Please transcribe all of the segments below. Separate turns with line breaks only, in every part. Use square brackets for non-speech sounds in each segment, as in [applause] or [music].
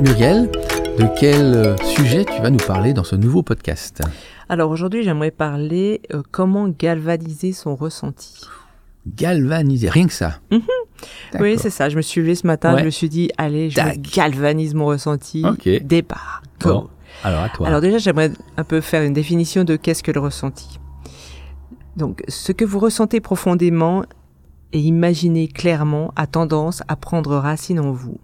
Muriel, de quel sujet tu vas nous parler dans ce nouveau podcast
Alors aujourd'hui, j'aimerais parler euh, comment galvaniser son ressenti.
Galvaniser, rien que ça.
Mhm.
D'accord.
Oui, c'est ça. Je me suis levée ce matin,
Ouais.
je me suis dit, allez, je
Tac.
galvanise mon ressenti.
Ok.
Départ.
Bon,
Go.
alors à toi.
Alors déjà, j'aimerais un peu faire une définition de qu'est-ce que le ressenti. Donc, ce que vous ressentez profondément et imaginez clairement a tendance à prendre racine en vous.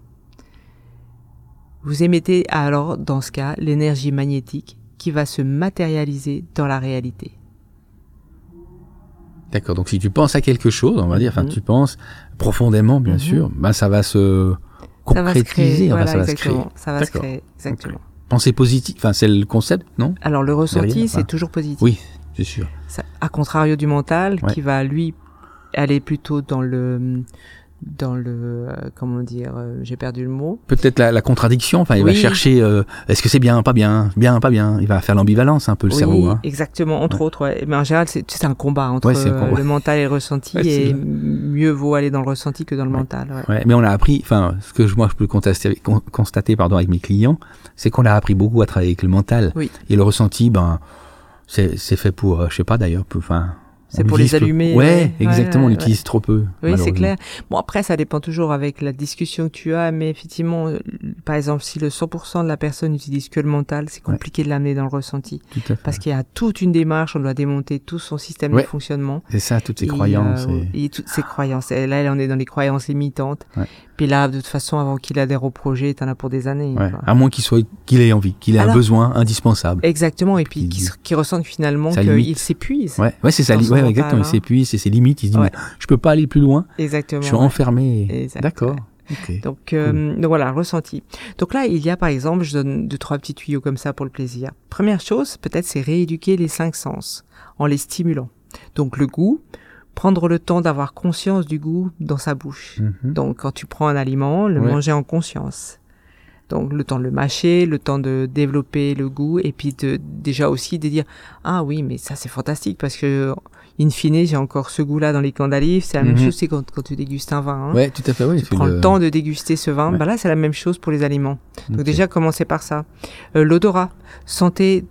Vous émettez alors, dans ce cas, l'énergie magnétique qui va se matérialiser dans la réalité.
D'accord, donc si tu penses à quelque chose, on va dire, enfin
Mhm.
tu penses profondément bien
Mhm.
sûr, ben, ça va se
Ça va se créer,
concrétiser, enfin,
voilà,
ça va se créer.
exactement. Ça va se
D'accord.
créer, exactement.
Penser positif, enfin c'est le concept, non
Alors le ressenti,
Derrière,
c'est
enfin.
toujours positif.
Oui, c'est sûr.
Ça- à contrario du mental,
Ouais.
qui va lui aller plutôt dans le, dans le, euh, comment dire, euh, j'ai perdu le mot.
Peut-être la, la contradiction, enfin il va
Oui.
chercher euh, est-ce que c'est bien, pas bien, bien, pas bien. Il va faire l'ambivalence un peu le
oui,
cerveau. Hein.
exactement. Entre autres, ouais. Mais en général, c'est c'est un combat entre
Ouais, c'est un
euh,
combat.
le mental et le ressenti,
Ouais, c'est
et
vrai.
mieux vaut aller dans le ressenti que dans le
Ouais.
mental. ouais.
Ouais, mais on a appris, enfin ce que je- moi je peux constater, con- constater pardon, avec mes clients, c'est qu'on a appris beaucoup à travailler avec le mental.
Oui.
Et le ressenti, ben c'est c'est fait pour, euh, je sais pas d'ailleurs, pour- enfin.
C'est
on
pour les
l'utilise peu.
allumer,
Ouais,
ouais,
exactement,
ouais,
on
ouais,
l'utilise trop peu.
Oui, c'est
malheureusement.
clair. Bon, après, ça dépend toujours avec la discussion que tu as, mais effectivement, euh, par exemple, si le 100% de la personne n'utilise que le mental, c'est
Ouais.
compliqué de l'amener dans le ressenti.
Tout à fait.
Parce qu'il y a toute une démarche, on doit démonter tout son système
Ouais.
de fonctionnement.
C'est ça, toutes ces
Et,
croyances.
euh,
et-
Et... toutes ces croyances. Et là, on est dans les croyances limitantes.
Ouais.
Puis là, de toute façon, avant qu'il adhère au projet, t'en as pour des années.
Ouais,
quoi.
À moins qu'il soit, qu'il ait envie, qu'il ait un
Alors-
besoin indispensable.
Exactement. Et puis,
Puis-
qui, se- qui ressentent finalement
Ça
qu'il
limite.
s'épuise.
Ouais, ouais, c'est ça.
Dans
li-
son
Ouais,
mental,
exactement.
hein.
Il s'épuise, c'est ses limites. Il se dit,
Ouais.
mais je peux pas aller plus loin.
Exactement.
Je suis enfermé.
Exact,
D'accord.
ouais.
Ok.
Donc, euh, donc voilà, ressenti. Donc là, il y a par exemple, je donne deux, trois petits tuyaux comme ça pour le plaisir. Première chose, peut-être, c'est rééduquer les cinq sens en les stimulant. Donc le goût, prendre le temps d'avoir conscience du goût dans sa bouche.
Mhm.
Donc, quand tu prends un aliment, le
Ouais.
manger en conscience. Donc, le temps de le mâcher, le temps de développer le goût, et puis de, déjà aussi de dire Ah oui, mais ça c'est fantastique parce que, in fine, j'ai encore ce goût-là dans les candalifs. C'est la même
Mhm.
chose, c'est quand, quand tu dégustes un vin. hein.
Ouais, tout à fait. Ouais,
Tu prends le temps de déguster ce vin,
Ouais.
bah là c'est la même chose pour les aliments. Donc
Ok.
déjà commencez par ça. Euh, L'odorat, sentez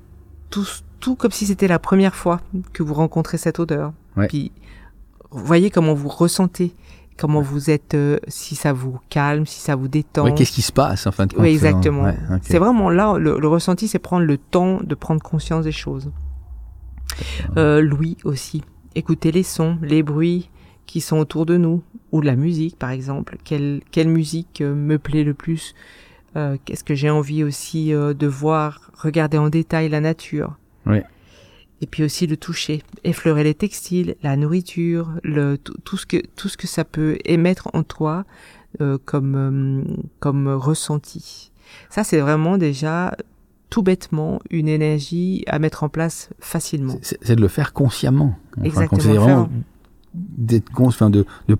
tout, tout comme si c'était la première fois que vous rencontrez cette odeur.
Ouais.
Puis voyez comment vous ressentez, comment vous êtes, euh, si ça vous calme, si ça vous détend.
Ouais, qu'est-ce qui se passe en fin de compte
Oui,
c'est dans-
exactement.
ouais, ok.
C'est vraiment là, le, le ressenti, c'est prendre le temps de prendre conscience des choses. Euh, L'ouïe aussi. Écouter les sons, les bruits qui sont autour de nous, ou de la musique par exemple. Quelle, quelle musique euh, me plaît le plus Euh, Qu'est-ce que j'ai envie aussi euh, de voir Regarder en détail la nature.
Ouais.
Et puis aussi le toucher, effleurer les textiles, la nourriture, le, tout, tout ce que, tout ce que ça peut émettre en toi euh, comme, euh, comme ressenti. Ça, c'est vraiment déjà tout bêtement une énergie à mettre en place facilement.
C'est- C'est c'est de le faire consciemment. en fin de
Exactement,
compte. C'est
faire
vraiment
un-
d'être cons- enfin, de, de,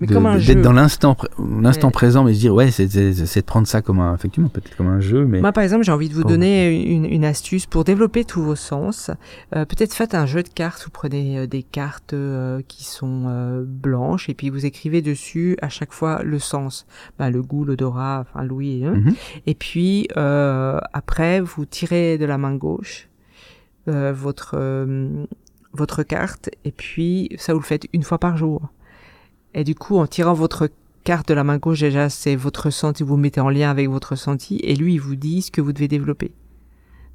Mais
de-
comme un
d'être
jeu.
dans l'instant, pr- l'instant
Ouais.
présent, mais se dire ouais, c'est, c'est- c'est de prendre ça comme un, effectivement, peut-être comme un jeu, mais
Moi, par exemple, j'ai envie de vous
Oh.
donner une, une astuce pour développer tous vos sens. Euh, Peut-être faites un jeu de cartes. Vous prenez euh, des cartes euh, qui sont euh, blanches et puis vous écrivez dessus à chaque fois le sens, Ben, le goût, l'odorat, enfin l'ouïe. hein.
Mhm.
Et puis euh, après, vous tirez de la main gauche euh, votre euh, votre carte et puis ça vous le faites une fois par jour. Et du coup, en tirant votre carte de la main gauche, déjà, c'est votre ressenti, vous mettez en lien avec votre ressenti, et lui, il vous dit ce que vous devez développer.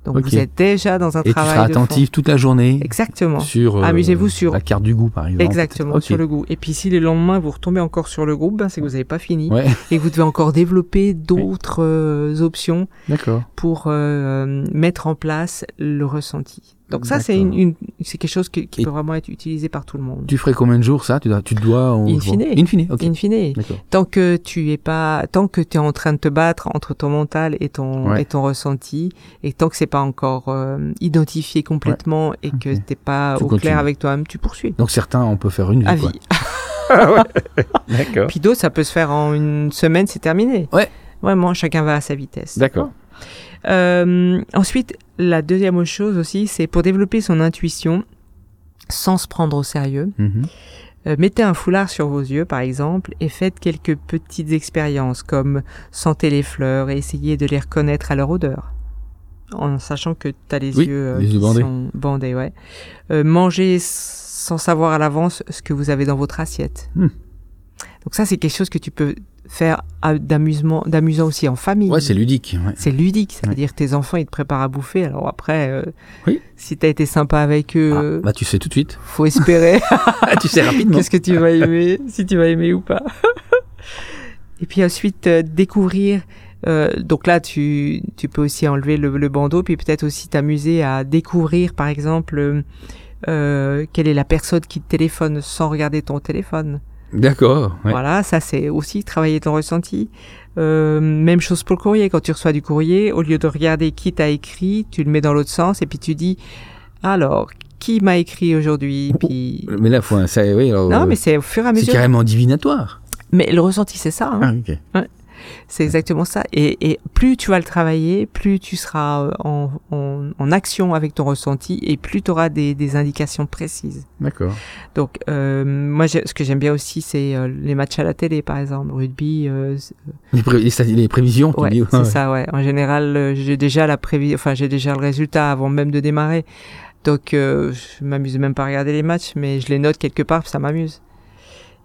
Donc,
Ok.
vous êtes déjà dans un
et tu
travail.
seras
de fond.
attentif toute la journée
Exactement.
sur euh,
Amusez-vous sur-
la carte du goût, par exemple.
Exactement,
peut-être.
sur
Ok.
le goût. Et puis, si le lendemain, vous retombez encore sur le groupe, ben, c'est que vous n'avez pas fini,
Ouais, [laughs]
et que vous devez encore développer d'autres euh, options
d'accord.
pour euh, mettre en place le ressenti. Donc, ça, c'est une,
D'accord.
une- c'est quelque chose qui, qui
Et-
peut vraiment être utilisé par tout le monde.
Tu ferais combien de jours ça Tu dois, tu dois en
In
jours.
fine.
In fine, ok.
In fine,
D'accord.
tant que tu es pas tant que tu es en train de te battre entre ton mental et ton
Ouais.
et ton ressenti et tant que c'est pas encore euh, identifié complètement et que
Ok.
t'es pas
Tu
au
continues.
clair avec toi-même, tu poursuis. Ah
Donc certains, on peut faire une vie.
À
quoi.
vie.
[laughs] D'accord.
Puis d'autres, ça peut se faire en une semaine, c'est terminé.
Ouais.
Vraiment, chacun va à sa vitesse.
D'accord.
Euh, ensuite, la deuxième chose aussi, c'est pour développer son intuition sans se prendre au sérieux.
Mhm.
Euh, mettez un foulard sur vos yeux, par exemple, et faites quelques petites expériences, comme sentez les fleurs et essayez de les reconnaître à leur odeur. En sachant que tu as les
Oui,
yeux, euh,
les yeux
qui
bandés.
sont bandés. Ouais. Euh, mangez s- sans savoir à l'avance ce que vous avez dans votre assiette.
Hmm.
Donc ça, c'est quelque chose que tu peux faire à- d'amusement, d'amusant aussi en famille.
Ouais, c'est ludique. ouais.
C'est ludique, ça veut
Ouais.
dire que tes enfants, ils te préparent à bouffer. Alors après, euh,
Oui.
si t'as été sympa avec eux,
Ah,
euh,
bah, tu sais tout de suite. [laughs]
faut espérer
Ah, tu sais rapidement.
[laughs] qu'est-ce que tu
[laughs]
vas aimer, si tu vas aimer ou pas. [laughs] Et puis ensuite, euh, découvrir. euh, donc là, tu, tu peux aussi enlever le, le bandeau, puis peut-être aussi t'amuser à découvrir, par exemple, euh, euh, quelle est la personne qui te téléphone sans regarder ton téléphone.
D'accord. ouais.
Voilà, ça c'est aussi travailler ton ressenti. Euh, même chose pour le courrier. Quand tu reçois du courrier, au lieu de regarder qui t'a écrit, tu le mets dans l'autre sens et puis tu dis alors qui m'a écrit aujourd'hui. Puis
Mais là, faut un... ça, oui, alors,
non,
euh,
mais c'est au fur et à
Oh, c'est
mesure.
carrément divinatoire.
Mais le ressenti c'est ça. hein.
Ah, ok.
C'est exactement ça. Et, et plus tu vas le travailler, plus tu seras euh, en, en- en action avec ton ressenti et plus tu auras des- des indications précises.
D'accord.
Donc, euh, moi, j'ai- ce que j'aime bien aussi, c'est euh, les matchs à la télé, par exemple, rugby. euh, c'est-
Les, pré- les sta- les prévisions, tu
ouais,
dis.
c'est ça, ouais. En général, euh, j'ai déjà la prévi... enfin, j'ai déjà le résultat avant même de démarrer. Donc, euh, je m'amuse même pas à regarder les matchs, mais je les note quelque part, puis ça m'amuse.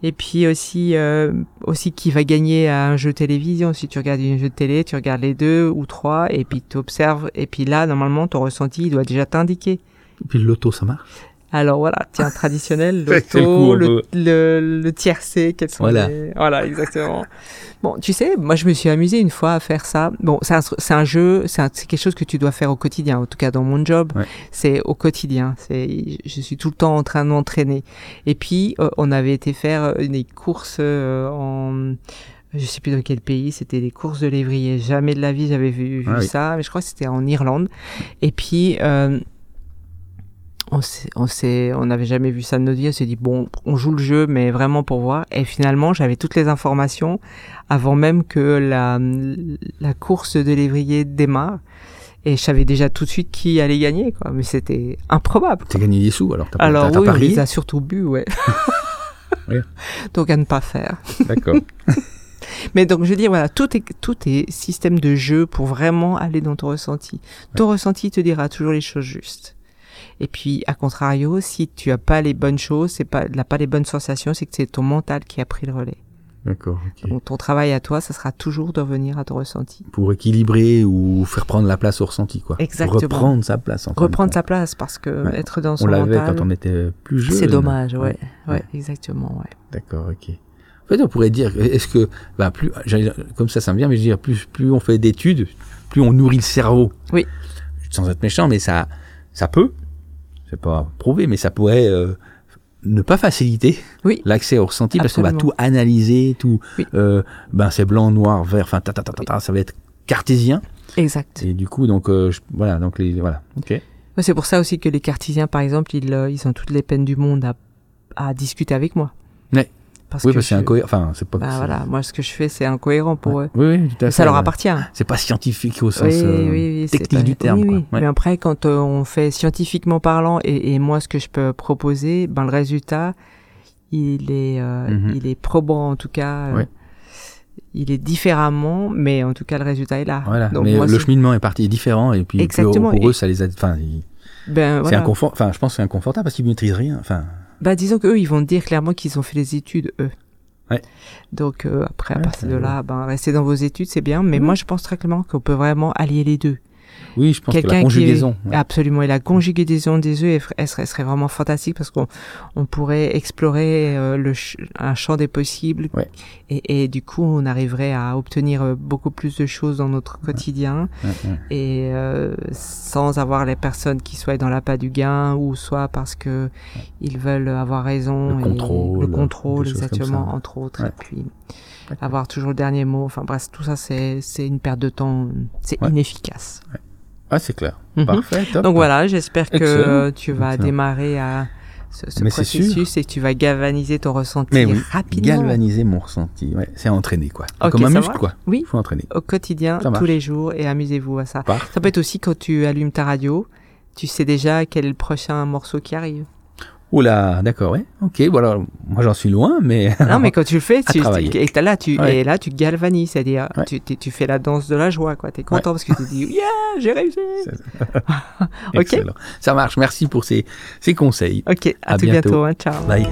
Et puis aussi, euh, aussi qui va gagner à un jeu télévision. Si tu regardes un jeu de télé, tu regardes les deux ou trois, et puis tu observes. Et puis là, normalement, ton ressenti, il doit déjà t'indiquer.
Et puis l'auto, ça marche.
Alors voilà,
[laughs]
tiens, traditionnel,
Ça, c'est le coup,
l'auto,
un
le, le, le tiercé, quels sont
Voilà.
les... Voilà, exactement. bon, tu sais, moi je me suis amusée une fois à faire ça. Bon, c'est un, c'est un jeu, c'est un- c'est quelque chose que tu dois faire au quotidien, en tout cas dans mon job,
Ouais.
c'est au quotidien. C'est, je suis tout le temps en train de m'entraîner. Et puis, euh, on avait été faire euh, des courses euh, en... Je sais plus dans quel pays, c'était des courses de lévrier. Jamais de la vie j'avais vu, vu
Ah oui.
ça, mais je crois que c'était en Irlande. Et puis, euh, on s'est- on s'est- on n'avait jamais vu ça de nos vies. On s'est dit bon, on joue le jeu, mais vraiment pour voir. Et finalement, j'avais toutes les informations avant même que la la course de l'évrier démarre. Et je savais déjà tout de suite qui allait gagner, quoi. Mais c'était improbable.
T'as gagné des sous, alors t'as
Alors
t'as- t'as
oui, on
parié.
les a surtout bu, ouais.
[laughs] Oui.
Donc à ne pas faire. [laughs]
D'accord.
Mais donc je veux dire voilà, tout est tout est système de jeu pour vraiment aller dans ton ressenti. Ton ressenti te dira toujours les choses justes. Et puis à contrario, si tu as pas les bonnes choses, c'est pas n'as pas les bonnes sensations, c'est que c'est ton mental qui a pris le relais.
D'accord. ok.
Donc ton travail à toi, ça sera toujours de revenir à ton ressenti.
Pour équilibrer ou faire prendre la place au ressenti, quoi.
Exactement.
Reprendre sa place. en fin de
Reprendre
compte.
sa place parce que
Ouais.
être dans
On
son
l'avait
mental,
quand on était plus jeune.
c'est dommage, ouais.
euh, Ouais.
Ouais,
Ouais.
exactement, ouais.
D'accord, ok. En fait, on pourrait dire, est-ce que, bah, plus, j'allais- comme ça, ça me vient, mais je veux dire, plus, plus on fait d'études, plus on nourrit le cerveau.
Oui.
Sans être méchant, mais ça, ça peut, c'est pas prouvé, mais ça pourrait euh, ne pas faciliter
Oui.
l'accès au ressenti parce qu'on va tout
Absolument.
analyser, tout,
Oui.
euh, ben c'est blanc, noir, vert, enfin, ta, ta, ta, ta, ta, ça va être cartésien.
Exact.
Et du coup, donc, euh, je- voilà, donc les, voilà. Ok.
Ouais, C'est pour ça aussi que les cartésiens, par exemple, ils, euh, ils ont toutes les peines du monde à, à discuter avec moi.
Ouais.
Parce
oui,
que
parce que c'est
je-
incohérent, enfin, c'est pas.
Bah
c'est-
voilà, moi ce que je fais c'est incohérent pour
Ouais.
eux.
Oui, oui, tout à
Mais
fait.
ça leur
ouais.
appartient.
C'est pas scientifique au sens.
Oui,
euh,
oui, oui, c'est
technique
pas-
du terme,
oui,
quoi.
oui.
Ouais.
Mais après, quand euh, on fait scientifiquement parlant et, et moi ce que je peux proposer, ben le résultat, il est, euh,
Mhm.
il est probant en tout cas. euh,
Ouais.
Il est différemment, mais en tout cas le résultat est là.
Voilà,
Donc
mais
moi,
le
c'est-
cheminement est parti est différent et puis pour-
Exactement,
pour eux
et-
ça les a, enfin ils-
ben,
c'est
voilà.
inconfort, enfin je pense que c'est inconfortable parce qu'ils maîtrisent rien, enfin
Bah, disons qu'eux, ils vont te dire clairement qu'ils ont fait les études, eux.
Ouais.
Donc, euh, après, à
Ouais,
partir
c'est-
de là, ben, rester dans vos études, c'est bien. Mais
Mhm.
moi, je pense très clairement qu'on peut vraiment allier les deux.
oui je pense que
Quelqu'un
la
qui-
conjugaison, ouais.
Absolument. Et la conjugaison des œufs, elle, serait, elle serait vraiment fantastique parce qu'on on pourrait explorer euh, le ch- un champ des possibles.
Ouais.
Et, et du coup, on arriverait à obtenir euh, beaucoup plus de choses dans notre quotidien
Ouais, ouais.
et euh, sans avoir les personnes qui soient dans l'appât du gain ou soit parce que ils veulent avoir raison
Le
et
contrôle,
le contrôle
des choses comme
exactement
ça.
entre autres
Ouais.
et puis
D'accord.
avoir toujours le dernier mot enfin bref tout ça c'est c'est une perte de temps c'est
Ouais.
inefficace
Ah, c'est clair,
Mhm.
parfait, top.
donc voilà j'espère que
Excellent.
euh, tu vas
Excellent.
démarrer à ce, ce
Mais c'est sûr.
processus et que tu vas galvaniser ton ressenti
Mais oui,
rapidement
galvaniser mon ressenti, ouais, c'est entraîner quoi,
Ok,
comme un
ça
muscle
va.
quoi,
Oui.
il faut entraîner.
au quotidien
Ça marche.
tous les jours et amusez-vous à ça
Parfait. [laughs]
Ça peut être aussi quand tu allumes ta radio, tu sais déjà quel est le prochain morceau qui arrive.
Oula, d'accord, ouais. Ok, voilà, moi j'en suis loin, mais. [laughs]
Non, mais quand tu le fais, tu,
travailler.
tu- et t'as là, tu,
Ouais.
et là, tu galvanises, c'est-à-dire,
Ouais.
tu, tu, tu fais la danse de la joie, quoi. T'es content parce que tu te
[laughs]
dis, yeah, j'ai réussi. Ok.
Excellent. Ça marche. Merci pour ces, ces conseils.
Ok, à,
À
tout
bientôt.
bientôt, hein, ciao.
Bye.